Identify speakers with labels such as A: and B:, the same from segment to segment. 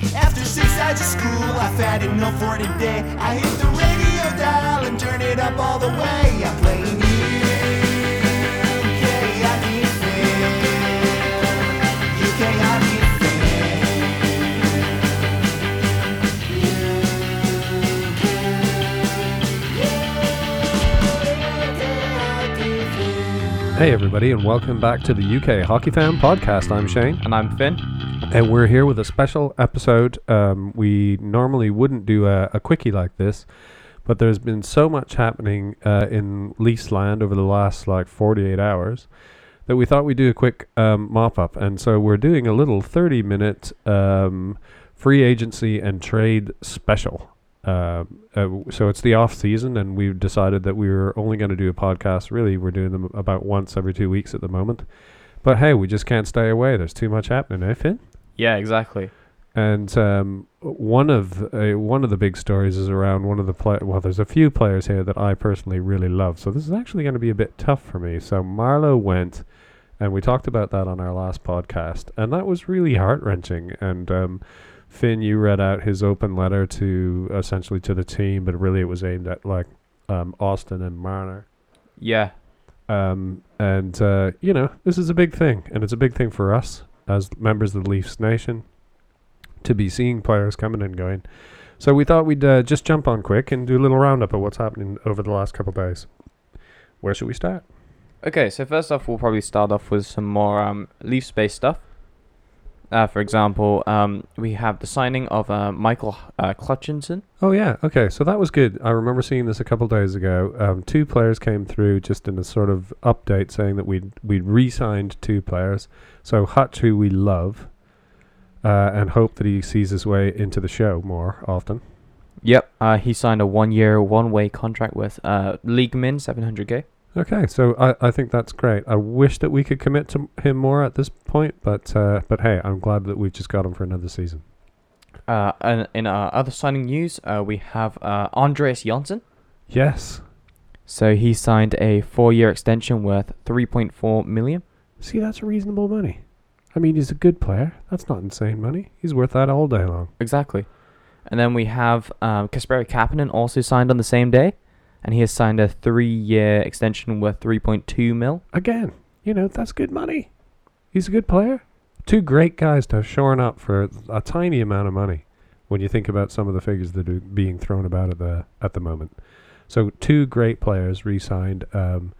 A: since I just school, I've had enough for today. I hit the radio dial and turn it up all the way. I'm playing UK, I need faith. UK, I need
B: Hey, everybody, and welcome back to the UK Hockey Fan Podcast. I'm Shane,
C: And I'm Finn.
B: and we're here with a special episode. Um, we normally wouldn't do a, a quickie like this, but there's been so much happening uh, in Lease Land over the last like 48 hours that we thought we'd do a quick um, mop up. And so we're doing a little 30 minute um, free agency and trade special. Uh, uh, w- so it's the off season, and we've decided that we were only going to do a podcast. Really, we're doing them about once every two weeks at the moment. But hey, we just can't stay away. There's too much happening, eh, Finn?
C: Yeah, exactly.
B: And um, one of uh, one of the big stories is around one of the play. Well, there's a few players here that I personally really love. So this is actually going to be a bit tough for me. So Marlowe went, and we talked about that on our last podcast, and that was really heart wrenching. And um, Finn, you read out his open letter to essentially to the team, but really it was aimed at like um, Austin and Marner.
C: Yeah,
B: Um, and uh, you know, this is a big thing, and it's a big thing for us as members of the Leafs Nation to be seeing players coming and going. So we thought we'd uh, just jump on quick and do a little roundup of what's happening over the last couple days. Where should we start?
C: Okay, so first off, we'll probably start off with some more um, Leafs based stuff. Uh, for example, um, we have the signing of uh, Michael uh, Clutchinson.
B: Oh yeah, okay. So that was good. I remember seeing this a couple days ago. Um, two players came through just in a sort of update saying that we'd we'd re-signed two players. So Hutch, who we love, uh, and hope that he sees his way into the show more often.
C: Yep, uh, he signed a one year, one way contract with uh, League Min 700k.
B: Okay, so I, I think that's great. I wish that we could commit to him more at this point, but uh, but hey, I'm glad that we've just got him for another season.
C: Uh, and in our other signing news, uh, we have uh, Andreas Janssen.
B: Yes.
C: So he signed a four year extension worth 3.4 million.
B: See, that's reasonable money. I mean, he's a good player. That's not insane money. He's worth that all day long.
C: Exactly. And then we have um, Kasperi Kapanen also signed on the same day, and he has signed a three-year extension worth 3.2 mil.
B: Again, you know, that's good money. He's a good player. Two great guys to have shorn up for a tiny amount of money when you think about some of the figures that are being thrown about at the at the moment. So two great players re-signed um,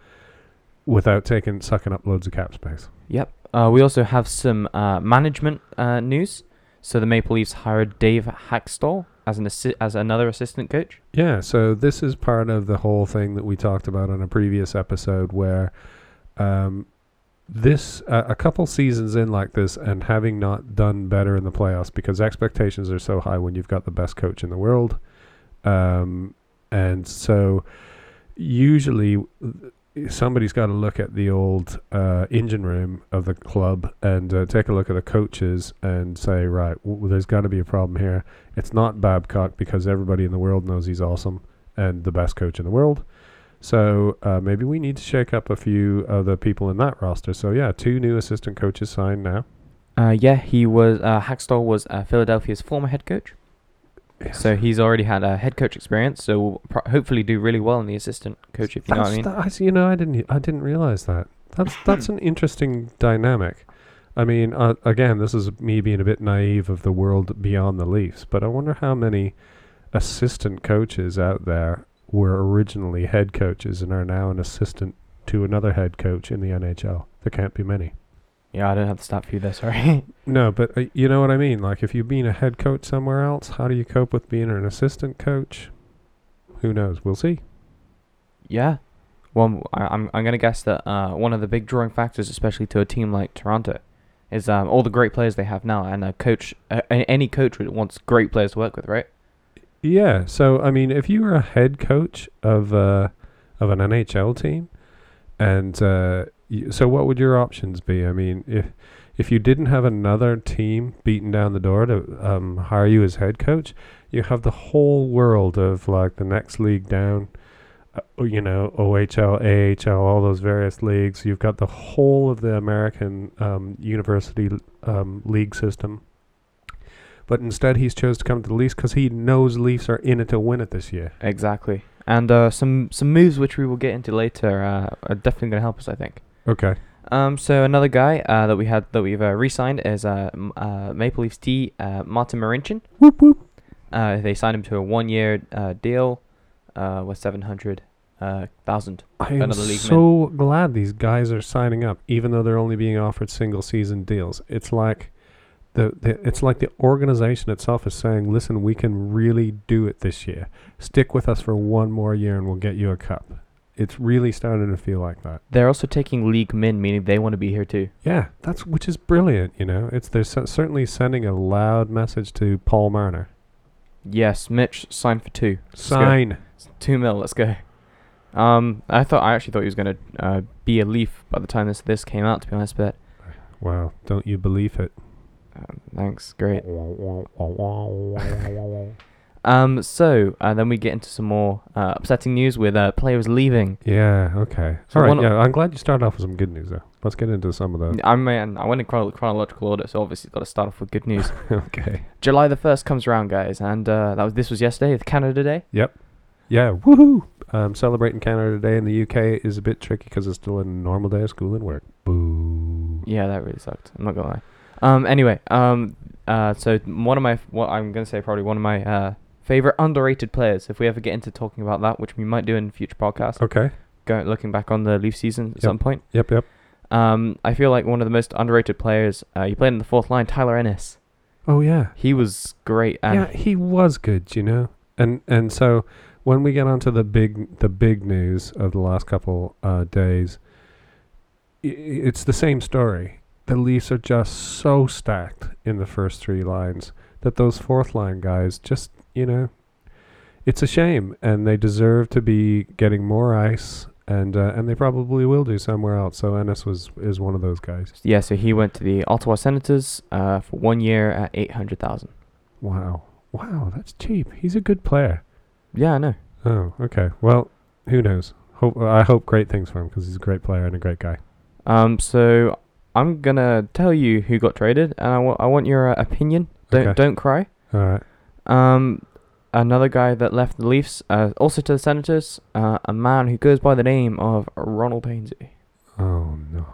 B: without taking sucking up loads of cap space.
C: Yep. Uh, we also have some uh, management uh, news. So the Maple Leafs hired Dave Hackstall as an assi- as another assistant coach.
B: Yeah, so this is part of the whole thing that we talked about on a previous episode where um, this, uh, a couple seasons in like this, and having not done better in the playoffs because expectations are so high when you've got the best coach in the world. Um, and so usually uh, somebody's got to look at the old uh, engine room of the club and uh, take a look at the coaches and say, right, w- there's got to be a problem here. It's not Babcock because everybody in the world knows he's awesome and the best coach in the world. So uh, maybe we need to shake up a few of the people in that roster. So yeah, two new assistant coaches signed now.
C: Uh, yeah, he was uh, Hackstall was uh, Philadelphia's former head coach, so he's already had a head coach experience. So will pro- hopefully do really well in the assistant coach. If you know what I
B: That's-
C: mean.
B: that- I s- you know, I didn't. e- I didn't realize that. That's that's an interesting dynamic. I mean, uh, again, this is me being a bit naive of the world beyond the Leafs, but I wonder how many assistant coaches out there were originally head coaches and are now an assistant to another head coach in the NHL. There can't be many.
C: Yeah, I don't have the stat for you there. Sorry.
B: No, but uh, you know what I mean. Like, if you've been a head coach somewhere else, how do you cope with being an assistant coach? Who knows? We'll see.
C: Yeah. Well, I, I'm I'm gonna guess that uh, one of the big drawing factors, especially to a team like Toronto, is um, all the great players they have now, and a coach, uh, any coach would- wants great players to work with, right?
B: Yeah. So I mean, if you were a head coach of uh, of an NHL team, and uh, y- so what would your options be? I mean, if if you didn't have another team beating down the door to um, hire you as head coach, you have the whole world of like the next league down, uh, o- you know, OHL, AHL, all those various leagues. You've got the whole of the American um, university l- um, league system But instead, he's chose to come to the Leafs because he knows Leafs are in it to win it this year.
C: Exactly. And uh, some some moves which we will get into later uh, are definitely going to help us, I think.
B: Okay.
C: Um, so another guy uh, that we had that we've uh, re-signed is uh, M- uh, Maple Leafs D uh, Martin Marincin.
B: Whoop whoop.
C: Uh, they signed him to a one-year uh, deal uh, with seven hundred uh, thousand.
B: I am
C: Another league
B: so glad these guys are signing up, even though they're only being offered single season deals. It's like the, the it's like the organization itself is saying, "Listen, we can really do it this year. Stick with us for one more year, and we'll get you a cup." It's really starting to feel like that.
C: They're also taking league min, meaning they want to be here too.
B: Yeah, that's which is brilliant. You know, it's they're cer- certainly sending a loud message to Paul Marner.
C: Yes, Mitch signed for two. Let's go.
B: Sign.
C: It's two mil. Let's go. Um, I thought I actually thought he was gonna uh, be a Leaf by the time this this came out. To be honest, but
B: Wow, don't you believe it?
C: um, thanks, great. Um, so uh, then we get into some more uh, upsetting news with uh, players leaving.
B: yeah. Okay.
C: So
B: All right.
C: one o-
B: Yeah, I'm glad you started off with some good news though. Let's get into some of those.
C: I mean, I went in chrono- chronological order, so obviously got to start off with good news.
B: okay.
C: July the first comes around, guys, and uh, that was this was yesterday, the Canada Day.
B: Yeah. Woohoo! Um, celebrating Canada Day in the UK is a bit tricky because it's still a normal day of school and work. Boo.
C: Yeah, that really sucked. I'm not gonna lie. Um, anyway, um, uh, so one of my what I'm gonna say probably one of my uh favorite underrated players. If we ever get into talking about that, which we might do in future podcasts,
B: Okay.
C: go, looking back on the Leaf season at
B: Yep.
C: some point.
B: Yep. Yep.
C: Um, I feel like one of the most underrated players. Uh, he played in the fourth line, Tyler Ennis.
B: Oh yeah.
C: He was great. And
B: yeah, he was good, you know. And and so when we get onto the big the big news of the last couple uh, days, i- i- it's the same story. The Leafs are just so stacked in the first three lines that those fourth line guys just you know, it's a shame, and they deserve to be getting more ice, and uh, and they probably will do somewhere else. So Ennis was is one of those guys.
C: Yeah, so he went to the Ottawa Senators uh, for one year at eight hundred thousand.
B: Wow, wow, that's cheap. He's a good player.
C: Yeah, I know.
B: Oh, okay. Well, who knows? Hope I hope great things for him because he's a great player and a great guy.
C: Um, so I'm gonna tell you who got traded, and I wa- I want your uh, opinion. Don't
B: Okay.
C: don't cry.
B: All right.
C: Um, another guy that left the Leafs, uh, also to the Senators, uh, a man who goes by the name of Ronald Hainsey.
B: Oh no.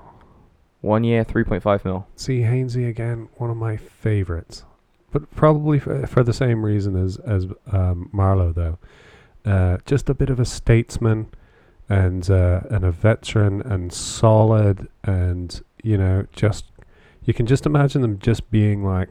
C: One year, three point five mil.
B: See Hainsey again, one of my favorites, but probably for, for the same reason as as um, Marlowe though. Uh, just a bit of a statesman, and uh, and a veteran, and solid, and you know, just you can just imagine them just being like,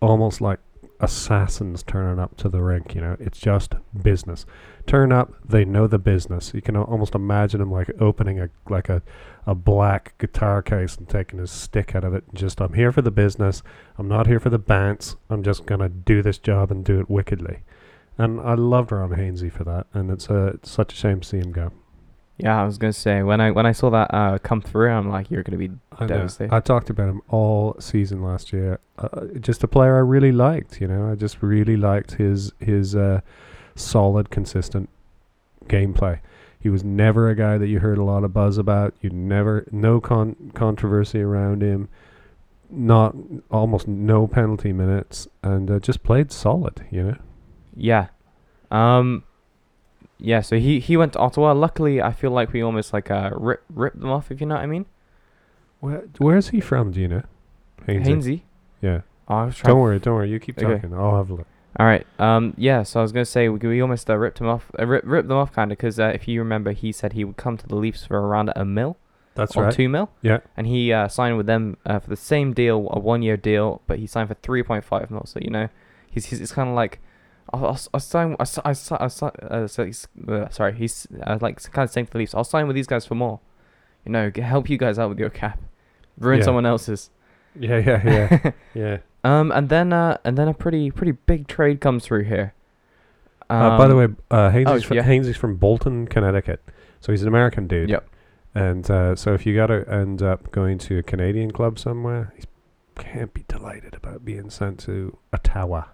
B: almost like assassins turning up to the rink. You know, it's just business. Turn up, they know the business. You can al- almost imagine them like opening a like a a black guitar case and taking his stick out of it and just I'm here for the business. I'm not here for the bants. I'm just gonna do this job and do it wickedly. And I loved Ron Hainsey for that, and it's a it's such a shame to see him go.
C: Yeah, I was gonna say when I when I saw that uh, come through, I'm like, you're gonna be
B: I, know.
C: Devastating.
B: I talked about him all season last year. Uh, just a player I really liked. You know, I just really liked his his uh, solid, consistent gameplay. He was never a guy that you heard a lot of buzz about. You never no con- controversy around him. Not almost no penalty minutes, and uh, just played solid. You know.
C: Yeah. Um yeah, so he he went to Ottawa. Luckily, I feel like we almost like uh rip rip them off if you know what I mean.
B: Where where's he from? Do you know? Hainsey.
C: Hainsey.
B: Yeah.
C: Oh, I was trying.
B: Don't worry. Don't worry. You keep
C: Okay.
B: talking. I'll have a look.
C: All right. Um yeah, so I was going to say we, we almost uh, ripped him off. Uh, rip, ripped them off kind of cuz uh, if you remember he said he would come to the Leafs for around a mil
B: That's
C: or
B: right.
C: 2 mil.
B: Yeah.
C: And he uh, signed with them uh, for the same deal, a 1-year deal, but he signed for 3.5 mil. So, you know, he's he's it's kind of like I'll, I'll, I'll sign. I si- I si- I si- uh, so he's- uh, sorry, he's uh, like kind of saying to the Leafs, I'll sign with these guys for more. You know, g- help you guys out with your cap, ruin
B: Yeah.
C: someone else's.
B: Yeah. Yeah. Yeah. yeah.
C: Um, and then uh, and then a pretty pretty big trade comes through here.
B: Uh, by the way, uh, Hainsey's,
C: oh,
B: fr-
C: yeah.
B: Hainsey's from Bolton, Connecticut, so he's an American dude.
C: Yep.
B: And uh, so if you got to end up going to a Canadian club somewhere, he can't be delighted about being sent to Ottawa.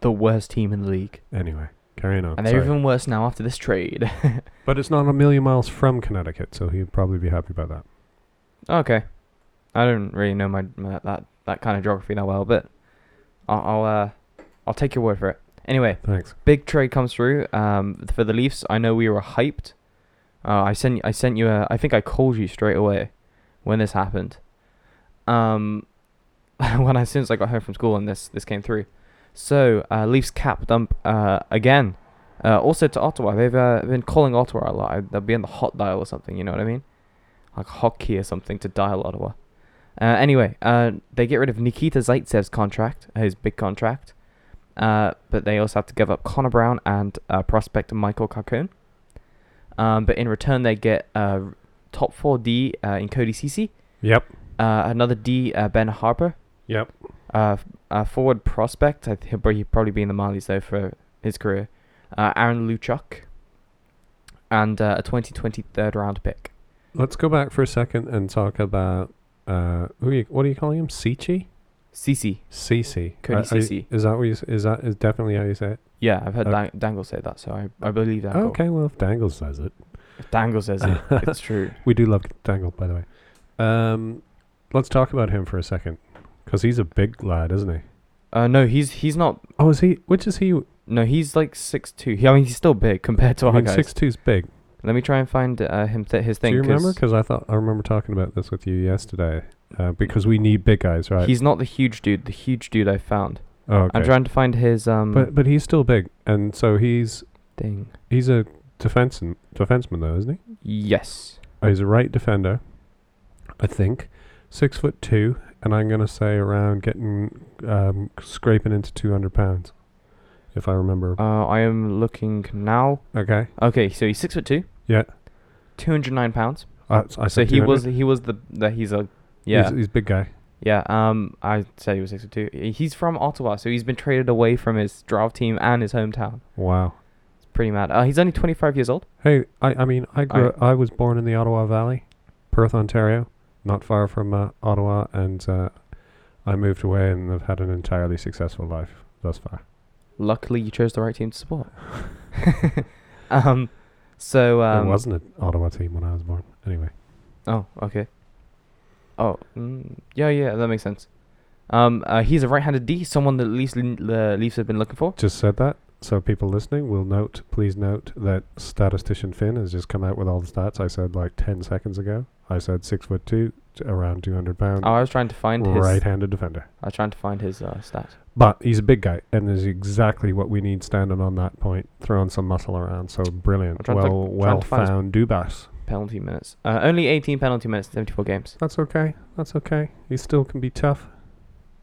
C: the worst team in the league,
B: Anyway, carrying on.
C: and they're
B: sorry.
C: even worse now after this trade.
B: but it's not a million miles from Connecticut, so he'd probably be happy about that.
C: okay, I don't really know my, my that that kind of geography that well, but I'll I'll, uh, I'll take your word for it. Anyway,
B: Thanks.
C: big trade comes through um, for the Leafs. I know we were hyped. Uh, I sent I sent you a I think I called you straight away when this happened. Um, when I as soon as I got home from school and this this came through. So uh, Leafs cap dump uh, again. Uh, also to Ottawa, they've uh, been calling Ottawa a lot. They'll be on the hot dial or something. You know what I mean? Like hotkey or something to dial Ottawa. Uh, anyway, uh, they get rid of Nikita Zaitsev's contract, his big contract. Uh, but they also have to give up Connor Brown and uh, prospect Michael Carcone. Um, but in return, they get uh, top four D uh, in Cody Cece,
B: Yep.
C: uh, another D uh, Ben Harper,
B: Yep.
C: uh, f- uh, forward prospect. I think he'll prob- he'll probably be in the Marlies though for his career. Uh, Aaron Luchuk, and uh, a 2020 third round pick.
B: Let's go back for a second and talk about uh, who you, what are you calling him? Cici?
C: Cece.
B: Cici.
C: Cody
B: Uh, are you-
C: Ceci.
B: Is that what you, s- is that is definitely how you say it?
C: Yeah, I've heard
B: Okay.
C: Dan- Dangle say that, so I, I believe Dangle.
B: Okay, well if Dangle says it.
C: If Dangle says it, it's true.
B: We do love Dangle, by the way. Um, let's talk about him for a second. Because he's a big lad, isn't he?
C: Uh, no, he's he's not
B: Oh, is he? Which is he?
C: No, he's like six two. He, I mean, he's still big compared to
B: I
C: our
B: mean,
C: guys.
B: six two's big.
C: Let me try and find uh, him th- his thing.
B: Do you
C: 'cause
B: remember? Because I thought I remember talking about this with you yesterday. Uh, because we need big guys, right?
C: He's not the huge dude. The huge dude I found.
B: oh, okay.
C: I'm trying to find his um
B: but but he's still big, and so he's
C: thing.
B: he's a defenseman, defenseman though, isn't he?
C: Yes,
B: Uh, He's a right defender, I think. Six foot two, and I'm gonna say around getting um, scraping into 200 pounds, if I remember.
C: uh, I am looking now.
B: okay,
C: Okay, so he's six foot two.
B: Yeah.
C: Two hundred nine pounds.
B: I, Uh, I
C: So
B: said
C: he
B: 200.
C: was he was the, the he's a yeah
B: He's, he's a big guy.
C: yeah um I said he was six foot two. He's from Ottawa, so he's been traded away from his draft team and his hometown.
B: Wow.
C: It's pretty mad. Uh, he's only twenty five years old.
B: Hey, I, I mean, I grew. I was born in the Ottawa Valley, Perth, Ontario, not far from uh, Ottawa, and uh, I moved away and I've had an entirely successful life thus far.
C: Luckily, you chose the right team to support. um, so um,
B: there wasn't an Ottawa team when I was born. Anyway,
C: Oh, okay. Oh, mm, yeah, yeah, that makes sense. Um, uh, he's a right-handed D, someone that Leafs the Leafs have been looking for.
B: just said that. So people listening will note, please note that statistician Finn has just come out with all the stats. I said like ten seconds ago. I said six foot two, t- around two hundred pounds,
C: Oh, I was trying to find his.
B: right-handed defender.
C: I was trying to find his uh, stats.
B: But he's a big guy, and is exactly what we need standing on that point, throwing some muscle around. So
C: I'm
B: brilliant.
C: trying to-
B: Well, well
C: to find his-
B: found Dubas.
C: Penalty minutes. Uh, only 18 penalty minutes in 74 games.
B: That's okay. That's okay. He still can be tough.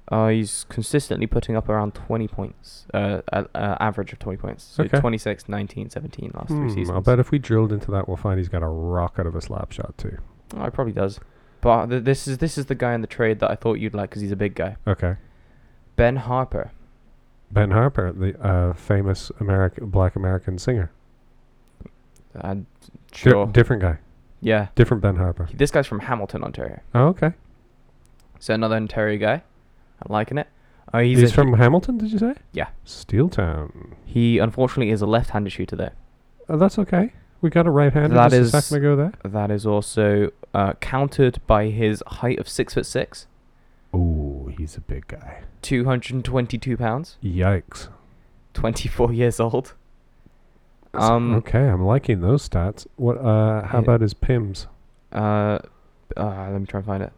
C: Uh, he's consistently putting up around 20 points. Uh, uh, uh average of 20 points. So
B: Okay.
C: 26, 19, 17 last three
B: Hmm,
C: seasons.
B: I bet if we drilled into that, we'll find he's got a rocket of a slap shot too.
C: Oh, he probably does. But th- this is this is the guy in the trade that I thought you'd like because he's a big guy.
B: Okay.
C: Ben Harper.
B: Ben Harper, the uh, famous American black American singer.
C: Uh,
B: Di-
C: sure.
B: different guy.
C: yeah.
B: Different Ben Harper.
C: This guy's from Hamilton, Ontario.
B: Oh, okay.
C: So another Ontario guy. I'm liking it. Uh, he's
B: He's,
C: a-
B: from Hamilton, did you say?
C: Yeah.
B: Steeltown.
C: He unfortunately is a left-handed shooter though.
B: Oh, that's okay. We got a right hander
C: That
B: just
C: is-
B: a second ago there.
C: That is also uh, countered by his height of six foot six,
B: Oh, he's a big guy.
C: two hundred and twenty-two pounds,
B: Yikes.
C: twenty-four years old.
B: S-
C: Um.
B: okay, I'm liking those stats. What? Uh, how
C: Yeah.
B: about his pims?
C: Uh, uh. Let me try and find it.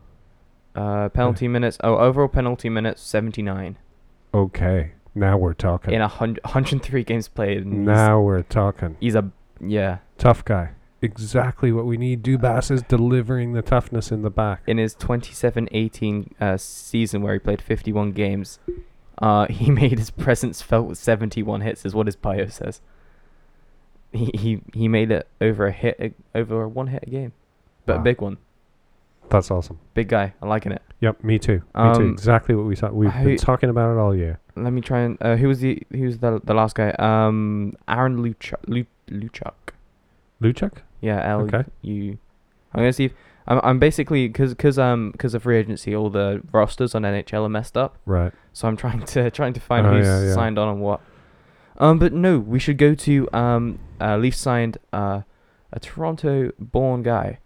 C: Uh, penalty minutes. Oh, overall penalty minutes seventy-nine
B: Okay, now we're talking.
C: in a hundred hundred and three games played. and um, he's-
B: now we're talking.
C: he's a yeah.
B: Tough guy. Exactly what we need. Dubas is delivering the toughness in the back.
C: in his 27-18 uh, season where he played 51 games uh, he made his presence felt with 71 hits is what his bio says he he, he made it over a hit a, over a one hit a game but a
B: Wow.
C: big one
B: That's awesome.
C: big guy i'm liking it
B: Yep, me too. Me too.
C: Um,
B: Exactly what we saw. We've
C: I-
B: been talking about it all year.
C: let me try and uh, who was the who was the, the last guy um aaron luchuk Lu, luchuk
B: Luchuk?
C: Oh, yeah l
B: Okay.
C: u i'm gonna see if i'm, I'm basically because because um because of free agency all the rosters on nhl are messed up
B: Right.
C: So I'm trying to trying to find
B: Oh,
C: who's
B: yeah, yeah.
C: signed on and what. Um, but no, we should go to um, uh, Leaf signed uh, a Toronto-born guy,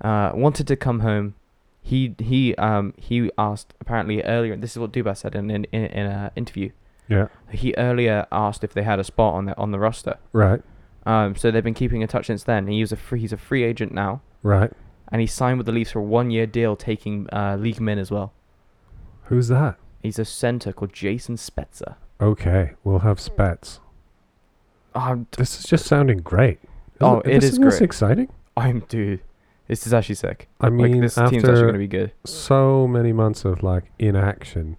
C: uh, wanted to come home, he he um he asked apparently earlier. This is what Duba said in in in, in an interview.
B: Yeah.
C: He earlier asked if they had a spot on the on the roster.
B: Right.
C: Um, so they've been keeping in touch since then. He was a free, he's a free agent now,
B: Right.
C: and he signed with the Leafs for a one year deal, taking uh, league men as well.
B: Who's that?
C: He's a center called Jason Spetzer.
B: Okay, we'll have spats.
C: Um, t-
B: This is just sounding great.
C: Oh,
B: Isn't-
C: it is
B: isn't this
C: great.
B: exciting?
C: I'm dude. This is actually sick.
B: I mean,
C: like this
B: after
C: team's actually gonna be good.
B: so many months of like inaction,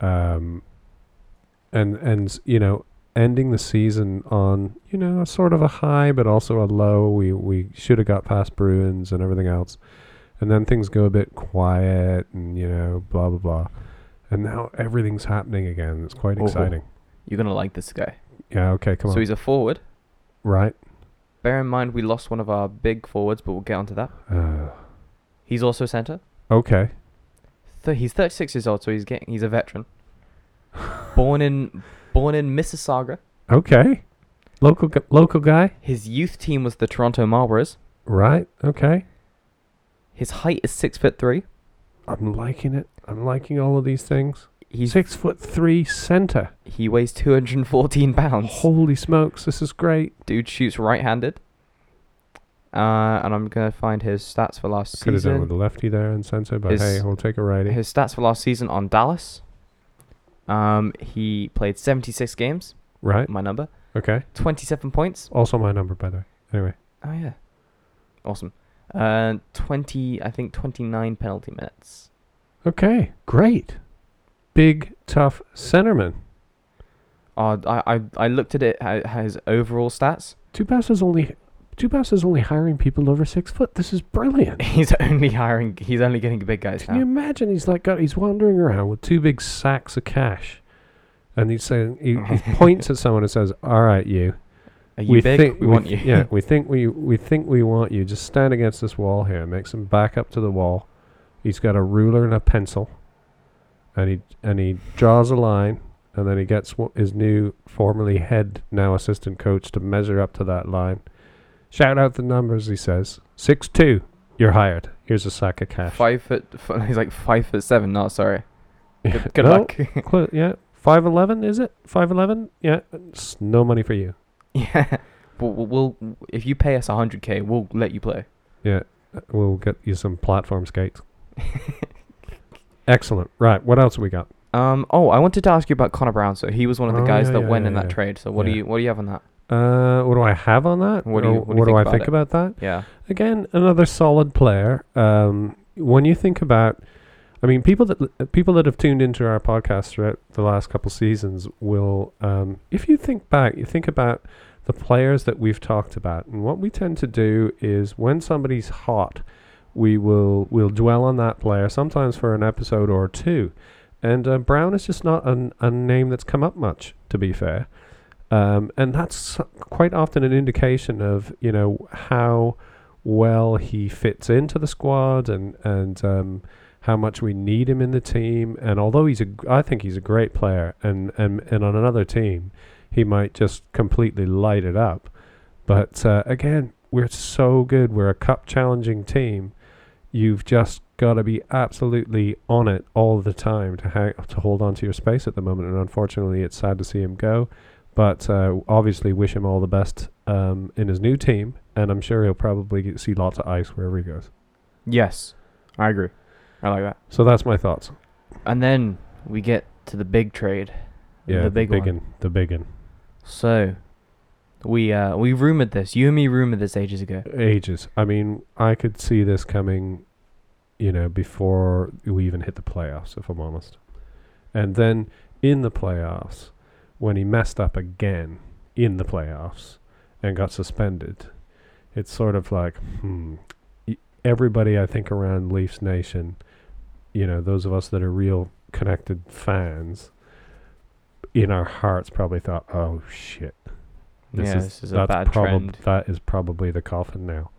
B: um, and and you know, ending the season on you know sort of a high, but also a low. We we should have got past Bruins and everything else, and then things go a bit quiet, and you know, blah blah blah, and now everything's happening again. It's quite
C: Oh.
B: exciting.
C: You're gonna like this guy.
B: Yeah. Okay. Come
C: so
B: on.
C: he's a forward.
B: Right.
C: Bear in mind we lost one of our big forwards, but we'll get onto that.
B: Uh,
C: He's also a center.
B: okay.
C: Th- he's 36 years old, so he's getting he's a veteran. born in born in Mississauga.
B: Okay. Local gu- local guy.
C: His youth team was the Toronto Marlboros.
B: Right. Okay.
C: His height is six foot three.
B: I'm liking it. I'm liking all of these things.
C: He's
B: Six foot three center.
C: he weighs 214 pounds.
B: Holy smokes, this is great.
C: Dude shoots right-handed. Uh, and I'm gonna find his stats for last
B: Could have done with
C: season.
B: a lefty there and center, but
C: His-
B: hey, we'll take a righty.
C: His stats for last season on Dallas. Um, he played 76 games.
B: right?
C: My number.
B: Okay.
C: 27 points.
B: Also my number, by the way. Anyway.
C: Oh yeah, awesome. Uh, 20. I think 29 penalty minutes.
B: Okay. Great. Big, tough centerman.
C: Uh, I, I I looked at it how how his overall stats.
B: Tupac is only Tupac is only hiring people over six foot. This is brilliant.
C: He's only hiring. He's only getting big guys
B: Can you
C: now.
B: imagine? He's like got he's wandering around with two big sacks of cash. And he's saying he, he points at someone and says, All right, you.
C: Are you big? we, want you.
B: th- yeah, we think we we think we want you. Just stand against this wall here. Makes him back up to the wall. He's got a ruler and a pencil, and he and he draws a line, and then he gets wh- his new formerly head now assistant coach to measure up to that line. Shout out the numbers. He says six two. You're hired. Here's a sack of cash.
C: Five foot. f- He's like five foot seven. No, sorry. Good, good
B: No,
C: luck.
B: cl- yeah, five eleven is it? Five eleven? Yeah, it's no money for you.
C: yeah. We'll, we'll, we'll if you pay us hundred k, we'll let you play.
B: Uh, We'll get you some platform skates. Excellent. Right. What else we got?
C: Um. Oh, I wanted to ask you about Connor Brown. So he was one of the
B: Oh,
C: guys
B: yeah,
C: that
B: yeah,
C: went
B: yeah,
C: in that
B: yeah.
C: trade. So what
B: Yeah.
C: do you what do you have on that?
B: Uh, what do I have on that?
C: What do you-
B: Or
C: what do you think
B: I
C: about
B: think
C: it?
B: about that?
C: Yeah.
B: Again, another solid player. Um, when you think about, I mean, people that l- people that have tuned into our podcast throughout the last couple seasons will, um, if you think back, you think about the players that we've talked about, and what we tend to do is when somebody's hot, we will we'll dwell on that player sometimes for an episode or two, and uh, Brown is just not an, a name that's come up much, to be fair. Um, and that's quite often an indication of you know how well he fits into the squad and and um, how much we need him in the team. And although he's a, g- I think he's a great player, and and and on another team, he might just completely light it up. But uh, again, we're so good. We're a cup challenging team. You've just got to be absolutely on it all the time to hang, to hold on to your space at the moment. And unfortunately, it's sad to see him go. But uh, obviously, wish him all the best um, in his new team, and I'm sure he'll probably get, see lots of ice wherever he goes.
C: Yes, I agree. I like that.
B: So that's my thoughts.
C: And then we get to the big trade.
B: Yeah,
C: The big
B: the big
C: one.
B: un, the big un.
C: So, we uh we rumored this. You and me rumored this ages ago.
B: Ages. I mean, I could see this coming, you know, before we even hit the playoffs, if I'm honest. And then in the playoffs, when he messed up again in the playoffs and got suspended, it's sort of like, hmm. Y- Everybody, I think, around Leafs Nation, you know, those of us that are real connected fans, in our hearts, probably thought, oh, shit. This
C: yeah,
B: is-
C: this is a
B: that's
C: bad
B: probab-
C: trend.
B: That is probably the coffin now,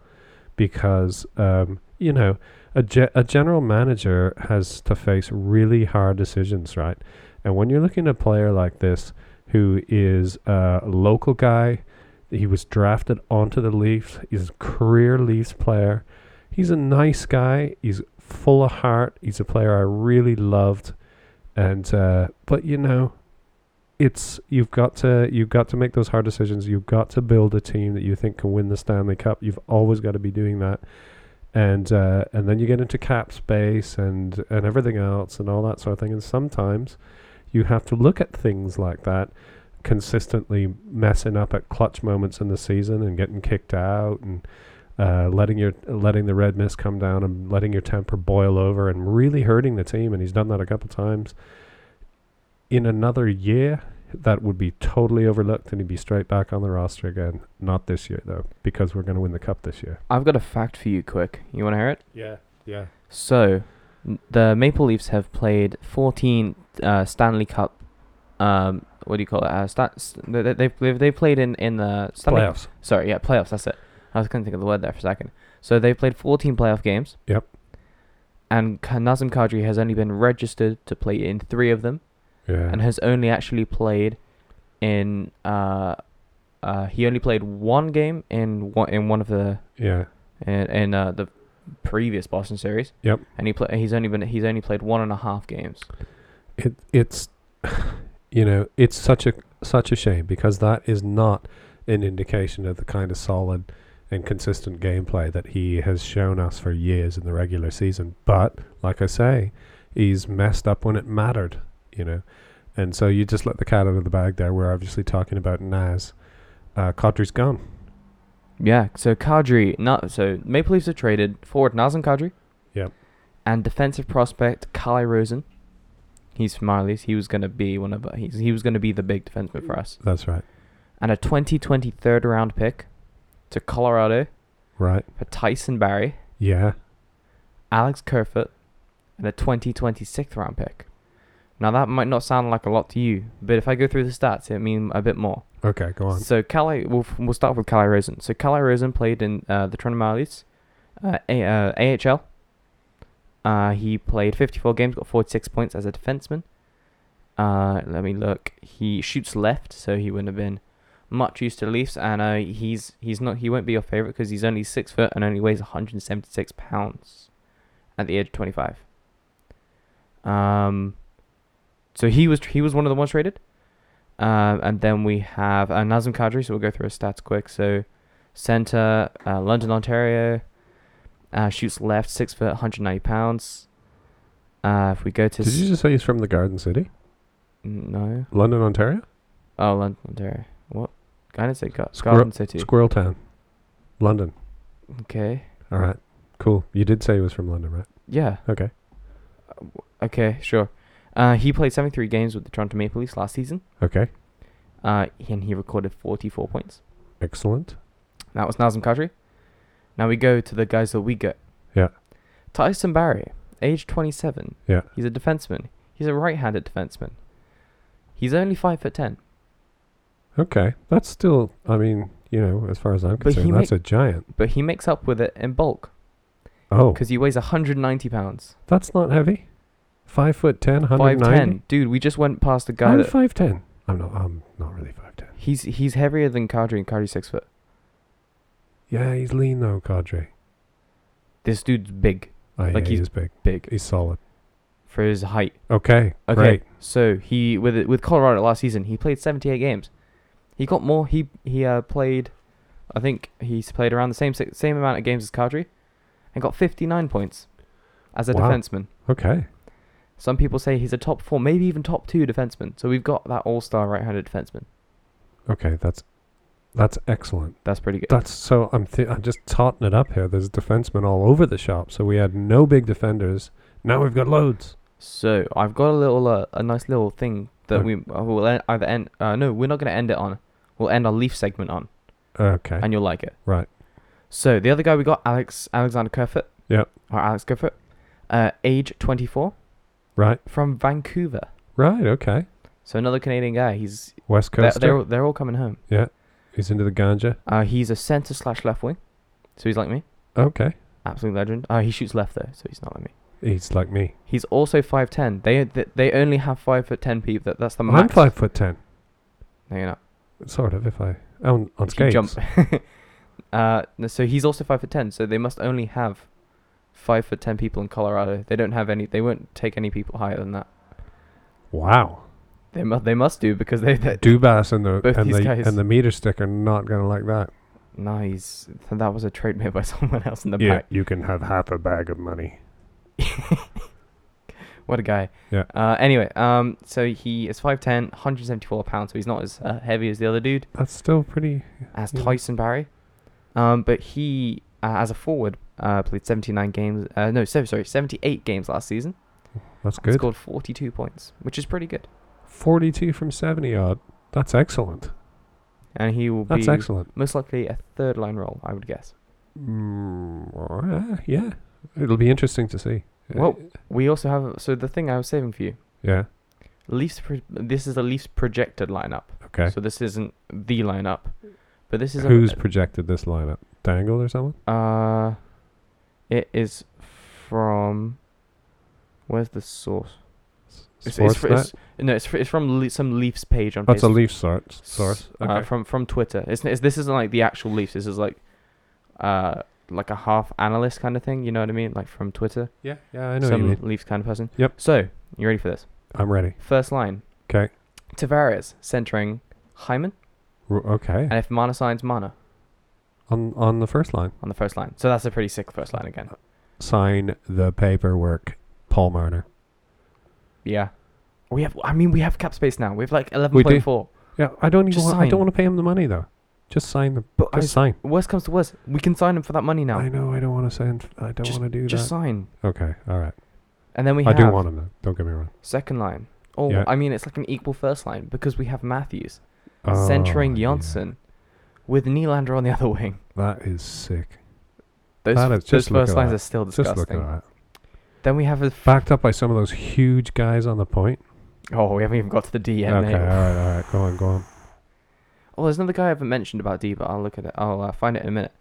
B: because um, you know a ge- a general manager has to face really hard decisions, right? And when you're looking at a player like this, who is a local guy, he was drafted onto the Leafs. He's a career Leafs player. He's a nice guy. He's full of heart. He's a player I really loved, and uh, but you know, it's you've got to you've got to make those hard decisions. You've got to build a team that you think can win the Stanley Cup. You've always got to be doing that, and uh, and then you get into cap space and and everything else and all that sort of thing. And sometimes you have to look at things like that consistently messing up at clutch moments in the season and getting kicked out and uh, letting your letting the red mist come down and letting your temper boil over and really hurting the team and he's done that a couple times in another year that would be totally overlooked and he'd be straight back on the roster again not this year though because we're going to win the cup this year
C: I've got a fact for you quick. You want to hear it?
B: yeah yeah
C: So, n- the Maple Leafs have played 14 uh, Stanley Cup. Um, what do you call it? Uh, sta- s- they, they- they've, they've they've played in in the Stanley
B: playoffs
C: Sorry, yeah, playoffs. That's it. I was going to think of the word there for a second. So they played 14 playoff games.
B: Yep.
C: And Ka- Nazem Kadri has only been registered to play in three of them,
B: yeah
C: and has only actually played in. Uh, uh, he only played one game in one in one of the
B: yeah
C: in, in uh, the previous Boston series.
B: Yep.
C: And he play, He's only been. He's only played one and a half games.
B: it it's you know it's such a such a shame because that is not an indication of the kind of solid and consistent gameplay that he has shown us for years in the regular season but like i say he's messed up when it mattered you know and so you just let the cat out of the bag there we're obviously talking about Naz uh Kadri's gone
C: Yeah, so Kadri, not so Maple Leafs have traded forward Nazem Kadri.
B: Yep.
C: And defensive prospect Kai Rosen. He's from Marlies. He was gonna be one of he's, he was gonna be the big defenseman for us.
B: that's right
C: And a 2020 third round pick to Colorado
B: right
C: for Tyson Barry,
B: yeah
C: Alex Kerfoot, and a 2020 sixth round pick. Now that might not sound like a lot to you, but if I go through the stats, it mean a bit more.
B: okay go on
C: So Cali, we'll, f- we'll start with Cali Rosen. So Cali Rosen played in uh, the Toronto Maple Leafs, uh, A- uh, AHL. Uh, he played 54 games, got 46 points as a defenseman. Uh, let me look. He shoots left, so he wouldn't have been much used to Leafs, and uh, he's he's not he won't be your favorite because he's only six foot and only weighs 176 pounds at the age of 25. Um, so he was he was one of the ones traded. Um, and then we have uh, Nazem Kadri, so we'll go through his stats quick. So, center, uh, London, Ontario, uh, shoots left, six foot, 190 pounds. Uh, if we go to
B: did you
C: s-
B: just say he's from the Garden City
C: no,
B: London Ontario
C: oh London, Ontario. What? I didn't say Gar-
B: Squirrel-
C: Garden City.
B: Squirrel Town London
C: okay.
B: all right cool you did say he was from London right
C: Yeah.
B: Okay.
C: Okay. Sure. Uh, he played 73 games with the Toronto Maple Leafs last season.
B: Okay.
C: Uh, and he recorded 44 points.
B: Excellent.
C: That was Nazem Kadri. Now we go to the guys that we get.
B: Yeah.
C: Tyson Barry, age 27.
B: Yeah.
C: He's a defenseman. He's a right-handed defenseman. He's only five foot ten.
B: Okay. That's still, I mean, you know, as far as I'm
C: But he
B: concerned, that's a giant.
C: But he makes up with it in bulk
B: Oh,
C: because he weighs 190 pounds.
B: that's not heavy. Five foot ten, 190.
C: 5'10. Dude, we just went past a guy
B: I'm
C: that.
B: five ten. I'm not. I'm not really five ten.
C: He's he's heavier than Kadri and Kadri's six foot.
B: Yeah, he's lean though, Kadri.
C: This dude's big,
B: Oh, yeah,
C: Like
B: he
C: he's-
B: is big.
C: big
B: He's solid.
C: for his height.
B: Okay.
C: Okay,
B: Great.
C: so he with it- with Colorado last season, he played 78 games. He got more. He he uh, played, I think he's played around the same si- same amount of games as Kadri, and got 59 points as a
B: Wow.
C: defenseman.
B: Okay.
C: Some people say he's a top four, maybe even top two defenseman. So we've got that all-star right-handed defenseman.
B: Okay. That's that's excellent.
C: That's pretty good.
B: That's so. I'm th- I'm just totting it up here. There's defensemen all over the shop. So we had no big defenders. Now we've got loads.
C: So I've got a little uh, a nice little thing that
B: Okay.
C: we uh, will en- either end. Uh, no, we're not going to end it on. We'll end our Leaf segment on,
B: Okay.
C: and you'll like it.
B: Right.
C: So the other guy we got, Alex Alexander Kerfoot.
B: Yep.
C: Or Alex Kerfoot, uh, age 24,
B: Right.
C: from Vancouver.
B: Right. Okay.
C: So another Canadian guy. He's
B: West
C: they're,
B: Coast.
C: they're all- they're all coming home.
B: He's into the ganja.
C: Uh, he's a centre slash left wing, so he's like me,
B: Okay.
C: absolute legend. Uh, he shoots left though, so he's not like me.
B: He's like me.
C: He's also 5'10". They they, they only have five foot ten people. That, that's the
B: I'm
C: max.
B: five foot ten,
C: No, you're not.
B: sort of. If I on on
C: If you
B: skates.
C: jump. uh, no, so he's also five foot ten. So they must only have five for ten people in Colorado. They don't have any. They won't take any people higher than that.
B: Wow.
C: They must. They must do because they. they
B: Dubas and the
C: Both
B: and
C: these
B: the,
C: guys.
B: and the meter stick are not going to like that.
C: nice. That was a trade made by someone else in the
B: yeah,
C: back.
B: you can have half a bag of money.
C: What a guy.
B: Yeah.
C: Uh, anyway, um, so he is 5'10", 174 pounds, so he's not as uh, heavy as the other dude,
B: That's still pretty.
C: as
B: Yeah.
C: Tyson Barry. Um, but he, uh, as a forward, uh, played 79 games, uh, no, se- sorry, 78 games last season.
B: That's
C: and
B: good.
C: Scored 42 points, which is pretty good.
B: Forty-two from seventy odd. That's excellent.
C: And he will
B: That's
C: be
B: excellent.
C: most likely a third line role, I would guess.
B: Mm, uh, yeah, it'll be interesting to see. Uh,
C: Well, we also have, so the thing I was saving for you,
B: yeah.
C: Leafs, pro- this is the Leafs projected lineup.
B: Okay.
C: So this isn't the lineup, but this is a-
B: Who's projected this lineup? Dangle or someone?
C: Uh, it is from. Where's the source?
B: S-
C: It's, it's, fr-
B: Sportsnet?
C: it's, no, it's, fr- it's from Le- some Leafs page on.
B: That's Oh, a
C: Facebook.
B: Leaf source. Source.
C: Uh,
B: Okay.
C: from from Twitter. It's, it's this isn't like the actual Leafs. This is like, uh, like a half analyst kind of thing. You know what I mean? Like from Twitter.
B: yeah, yeah, I know
C: some
B: you mean.
C: Leafs kind of person.
B: Yep.
C: So you ready for this?
B: I'm ready.
C: First line.
B: 'Kay.
C: Tavares centering Hyman,
B: R- okay.
C: and if Mana signs Mana
B: On on the first line,
C: on the first line, so that's a pretty sick first line again.
B: sign the paperwork. Paul Marner.
C: Yeah. We have. I mean, we have cap space now. We have like
B: do.
C: eleven point four.
B: Yeah, I don't even.
C: Just
B: Want, I
C: sign.
B: don't want to pay him the money though. Just sign the.
C: But I,
B: Just sign.
C: worst comes to worst, we can sign him for that money now.
B: I know. I don't want to sign. I don't want to do
C: Just
B: that.
C: sign.
B: okay. All right.
C: And then we
B: I
C: have
B: do want him though. Don't get me wrong.
C: second line. Oh,
B: Yeah.
C: I mean, it's like an equal first line because we have Matthews
B: Oh,
C: centering
B: yeah.
C: Janssen with Nylander on the other wing.
B: That is sick.
C: Those,
B: That
C: f-
B: is-
C: those
B: just look
C: first
B: at
C: lines
B: that.
C: are still
B: Just look at
C: disgusting.
B: that.
C: Then we have a. F-
B: Backed up by some of those huge guys on the point.
C: oh, we haven't even got to the D yet,
B: okay. All
C: mate.
B: right. All right. Go on. Go on.
C: Oh, there's another guy I haven't mentioned about D, but I'll look at it. I'll uh, find it in a minute.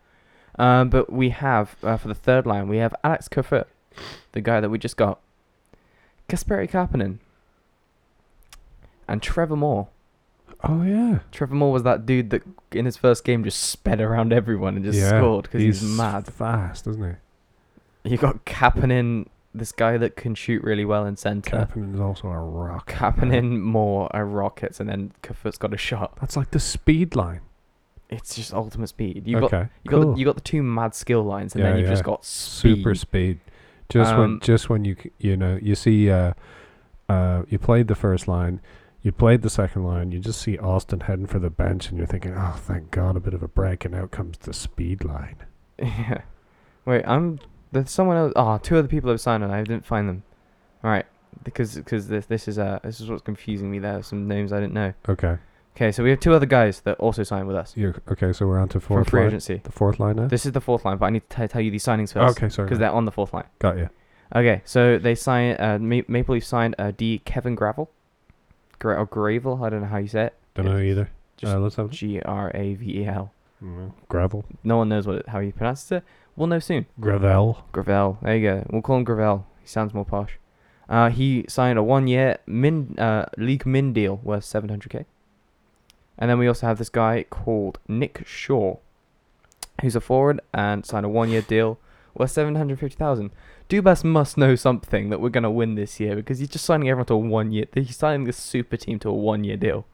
C: Um, but we have uh, for the third line, we have Alex Kofut, the guy that we just got, Kasperi Kapanen, and Trevor Moore.
B: Oh yeah.
C: Trevor Moore was that dude that in his first game just sped around everyone and just
B: Yeah,
C: scored because he's, mad.
B: Fast, isn't he?
C: You got Kapanen, this guy that can shoot really well in center.
B: Kapanen is also a rock.
C: Kapanen, Moore are rockets, and then Kofut's got a shot.
B: That's like the speed line.
C: It's just ultimate speed. You got
B: okay.
C: You
B: cool.
C: got the, you got the two mad skill lines, and
B: Yeah,
C: then you've
B: yeah.
C: just got speed.
B: super speed. Just when
C: Um,
B: just when you c- you know you see uh, uh, you played the first line, you played the second line, you just see Austin heading for the bench, and you're thinking, oh, thank God, a bit of a break, and out comes the speed line.
C: yeah. Wait, I'm there's someone else. Oh, two other people have signed on. I didn't find them. All right, because because this this is uh this is what's confusing me. There are some names I didn't know.
B: Okay,
C: Okay, so we have two other guys that also signed with us
B: you okay? So we're on to
C: from
B: fourth
C: free
B: line.
C: agency.
B: The fourth line now.
C: This is the fourth line, but I need to t- tell you these signings first
B: okay, sorry.
C: because
B: mate.
C: they're on the fourth line.
B: got you.
C: Okay, so they signed uh, Ma- Maple Leaf signed uh, D Kevin Gravel, Gra- or Gravel. I don't know how you say it.
B: Don't know either.
C: just
B: uh, let's have
C: G R A V E L.
B: mm, gravel.
C: No one knows what it, how he pronounces it. We'll know soon.
B: Gravel.
C: Gravel. There you go. We'll call him Gravel. He sounds more posh. Uh, he signed a one-year min uh, league min deal worth 700k. And then we also have this guy called Nick Shaw, who's a forward and signed a one-year deal worth 750,000. Dubas must know something that we're gonna win this year because he's just signing everyone to a one-year. He's signing this super team to a one-year deal.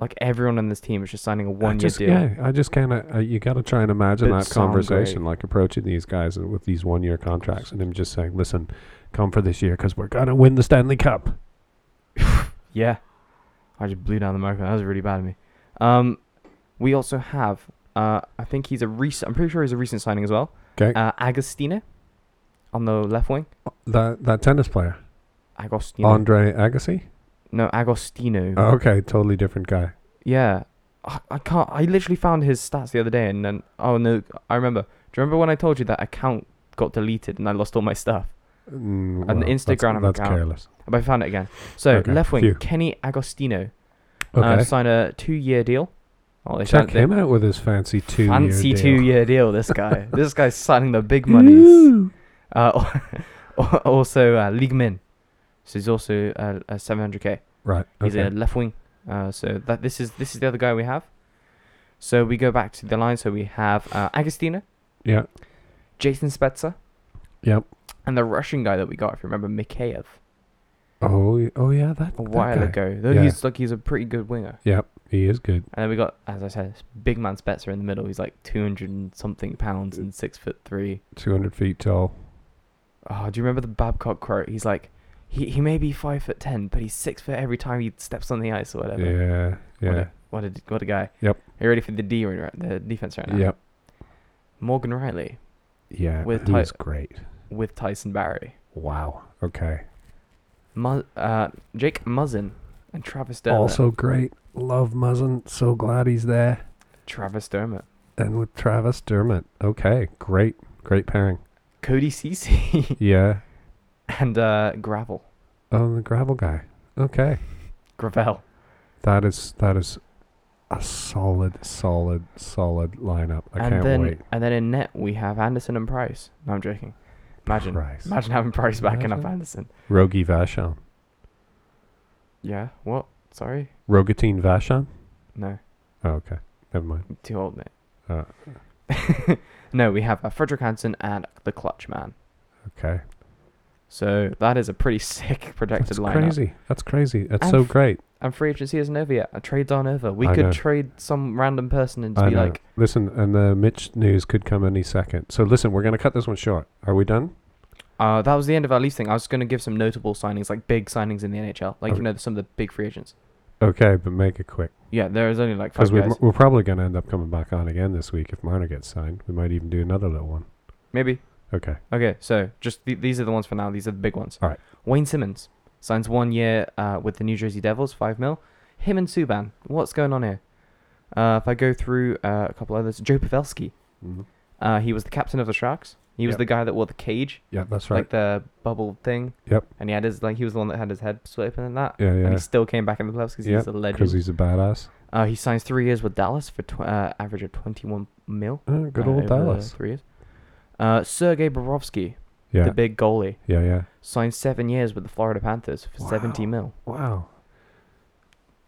C: Like everyone on this team is just signing a
B: I
C: one-year
B: just,
C: deal.
B: Yeah, I just kind of uh, you got to try and imagine
C: But
B: that
C: sound
B: conversation,
C: great.
B: like approaching these guys with these one-year contracts, and him just saying, "Listen, come for this year because we're gonna win the Stanley Cup."
C: Yeah. I just blew down the microphone. That was really bad of me. Um, we also have, uh, I think he's a recent, I'm pretty sure he's a recent signing as well.
B: 'Kay.
C: Uh, Agostino on the left wing.
B: That that tennis player,
C: Agostino.
B: Andre Agassi.
C: no, Agostino.
B: Oh, okay, totally different guy.
C: Yeah. I, I can't, I literally found his stats the other day and then, oh no, I remember. Do you remember when I told you that account got deleted and I lost all my stuff?
B: Mm,
C: An
B: that's-
C: Instagram
B: That's,
C: account.
B: careless.
C: But I found it again. So,
B: Okay,
C: left wing,
B: phew.
C: Kenny Agostino. Uh,
B: Okay,
C: signed a two year deal. Oh, they
B: check
C: signed- they-
B: him out with his fancy two.
C: fancy
B: year
C: two
B: deal.
C: year deal. This guy, this guy's signing the big monies.
B: Ooh.
C: Uh, al- also, uh, League Min. So he's also uh, a 700k.
B: Right.
C: He's
B: Okay.
C: a left wing. Uh, so that this is this is the other guy we have. So we go back to the line. So we have uh, Agostino,
B: yeah.
C: Jason Spezza,
B: Yep.
C: And the Russian guy that we got, if you remember, Mikheyev,
B: Oh, y- oh yeah, that
C: a
B: that
C: while
B: guy.
C: ago. Though
B: Yeah.
C: he's like he's a pretty good winger.
B: Yep, he is good.
C: And then we got, as I said, this big man Spetzer in the middle. He's like two hundred and something pounds and six foot three.
B: Two hundred feet tall.
C: Oh, do you remember the Babcock quote? He's like, he, he may be five foot ten, but he's six foot every time he steps on the ice or whatever.
B: Yeah,
C: What
B: yeah,
C: a, what a what a guy.
B: Yep.
C: Are you ready for the D right, the defense right now?
B: yep,
C: Morgan Riley
B: yeah.
C: With
B: he's
C: tight-
B: great.
C: with Tyson Barry,
B: Wow. Okay.
C: Mu- uh, Jake Muzzin, and Travis Dermott.
B: Also great. Love Muzzin. So glad he's there.
C: Travis Dermott,
B: And with Travis Dermott. Okay, great, great pairing.
C: Cody Cece,
B: Yeah.
C: and uh, Gravel
B: Oh, the gravel guy. Okay.
C: Gravel.
B: That is that is a solid, solid, solid lineup. I
C: and
B: can't
C: then
B: wait.
C: and then in net we have Anderson and Price. No, I'm joking. Imagine,
B: Price.
C: imagine having Price backing up
B: Imagine.
C: Anderson.
B: Rogi Vashon.
C: Yeah. What? Sorry.
B: Rogatine Vashon?
C: No.
B: Oh, okay. Never mind.
C: Too old, mate.
B: Uh,
C: No, we have uh, Frederick Hansen and the Clutch Man.
B: okay.
C: So that is a pretty sick projected
B: That's
C: lineup.
B: crazy. That's crazy. That's
C: And
B: so
C: f-
B: great.
C: And free agency isn't over yet. And trades aren't over. We
B: I
C: could
B: know.
C: trade some random person and just
B: I
C: be
B: know.
C: like,
B: listen, and the Mitch news could come any second. So listen, we're going to cut this one short. Are we done?
C: uh, that was the end of our lease thing. I was going to give some notable signings, like big signings in the NHL. Like,
B: Okay.
C: you know, some of the big free agents.
B: Okay, but make it quick
C: Yeah, there is only like
B: because
C: five
B: we're,
C: guys.
B: we're probably going to end up coming back on again this week if Marner gets signed. We might even do another little one.
C: Maybe.
B: Okay.
C: Okay, so just th- these are the ones for now. These are the big ones.
B: All right.
C: Wayne Simmons signs one year uh, with the New Jersey Devils, five mil. Him and Subban. What's going on here? Uh, if I go through uh, a couple others, Joe Pavelski. Uh, he was the captain of the Sharks. He was
B: Yep.
C: the guy that wore the cage,
B: Yeah, that's right.
C: like the bubble thing.
B: Yep.
C: And he had his like he was the one that had his head split open and that.
B: yeah,
C: And
B: yeah.
C: he still came back in the playoffs because
B: Yep,
C: he's a
B: 'cause
C: legend.
B: he's a badass.
C: uh, he signs three years with Dallas for tw- uh, average of twenty one mil.
B: Oh, good
C: uh,
B: old
C: over the
B: Dallas.
C: Three years. Uh, Sergei Bobrovsky,
B: Yeah.
C: the big goalie,
B: yeah, yeah.
C: signed seven years with the Florida Panthers for seventy mil.
B: Wow.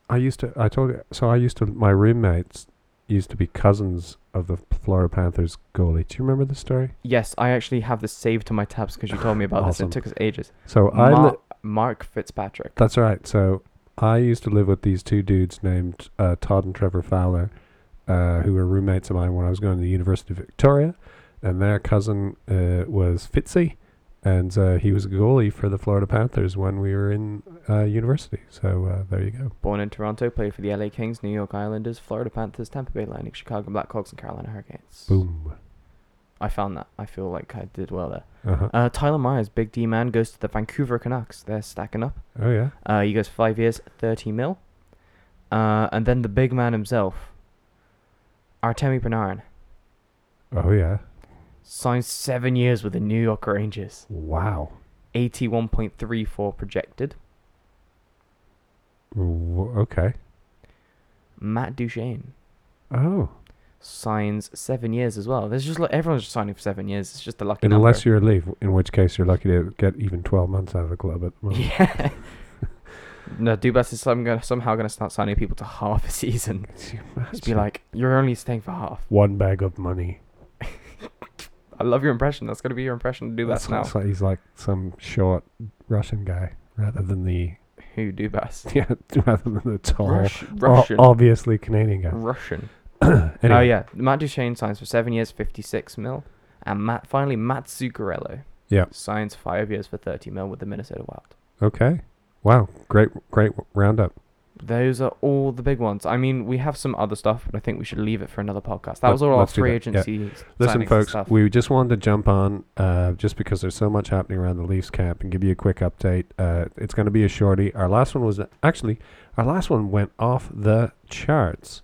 B: I used to. I told you. So I used to. My roommates used to be cousins of the Florida Panthers goalie. Do you remember the story?
C: Yes, I actually have this saved to my tabs because you told me about
B: Awesome.
C: this. It took us ages.
B: So I.
C: Mar-
B: li-
C: Mark Fitzpatrick.
B: That's right. So I used to live with these two dudes named uh, Todd and Trevor Fowler, uh, who were roommates of mine when I was going to the University of Victoria, and their cousin uh, was Fitzy, and uh, he was a goalie for the Florida Panthers when we were in uh, university. So uh, there you go.
C: Born in Toronto, played for the LA Kings, New York Islanders, Florida Panthers, Tampa Bay Lightning, Chicago Blackhawks, and Carolina Hurricanes.
B: Boom.
C: I found that. I feel like I did well there.
B: Uh-huh.
C: Uh, Tyler Myers, big D man, goes to the Vancouver Canucks. They're stacking up.
B: Oh yeah.
C: Uh, he goes five years, 30 mil. Uh, and then the big man himself, Artemi Panarin,
B: Oh yeah.
C: signs seven years with the New York Rangers.
B: Wow.
C: 81.34 projected.
B: W- okay.
C: Matt Duchene
B: Oh.
C: signs seven years as well. There's just like everyone's just signing for seven years. It's just a lucky number.
B: Unless you're a leave, in which case you're lucky to get even twelve months out of the club at the moment.
C: Yeah. no, Dubas is some gonna, somehow going to start signing people to half a season.
B: Could you
C: Just be
B: imagine?
C: like, you're only staying for half.
B: one bag of money.
C: I love your impression. That's going to be your impression to Dubas
B: That's
C: now.
B: It's like he's like some short Russian guy rather than the
C: Who Dubas?
B: yeah, rather than the tall,
C: Rush,
B: o-
C: Russian.
B: obviously Canadian guy.
C: Russian.
B: oh, Anyway,
C: Oh, yeah. Matt Duchene signs for seven years, 56 mil. And Matt, finally, Matt Zuccarello
B: Yeah.
C: signs five years for 30 mil with the Minnesota Wild.
B: Okay. Wow. Great. Great roundup.
C: Those are all the big ones. I mean, we have some other stuff, but I think we should leave it for another podcast. That
B: Let-
C: was all our
B: let's do
C: free
B: that, yeah.
C: agency. signings
B: Listen,
C: and
B: folks,
C: stuff.
B: we just wanted to jump on uh, just because there's so much happening around the Leafs camp and give you a quick update. Uh, it's going to be a shorty. Our last one was actually, our last one went off the charts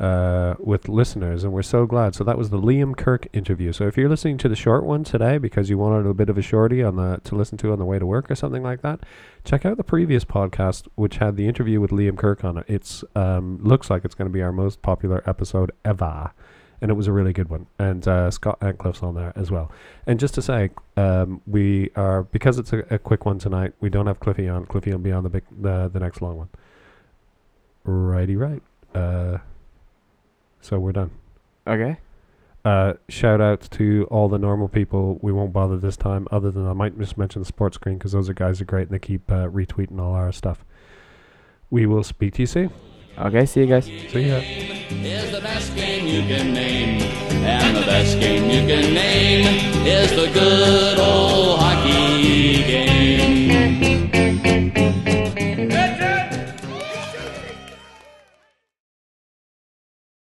B: uh, with listeners, and we're so glad. So that was the Liam Kirk interview. So if you're listening to the short one today because you wanted a bit of a shorty on the to listen to on the way to work or something like that, check out the previous podcast which had the interview with Liam Kirk on it. It's um, looks like it's going to be our most popular episode ever and it was a really good one. And uh, Scott Ancliffe's on there as well. And just to say, um, we are because it's a, a quick one tonight. We don't have Cliffy on. Cliffy will be on the big the, the next long one. Righty right. Uh, so we're done.
C: Okay.
B: Uh, shout out to all the normal people. We won't bother this time, other than I might just mention the sports screen because those are guys are great and they keep uh, retweeting all our stuff. We will speak to you soon.
C: Okay, see you guys.
B: See ya.
D: is the best game you can name. And the best game you can name is the good old hockey.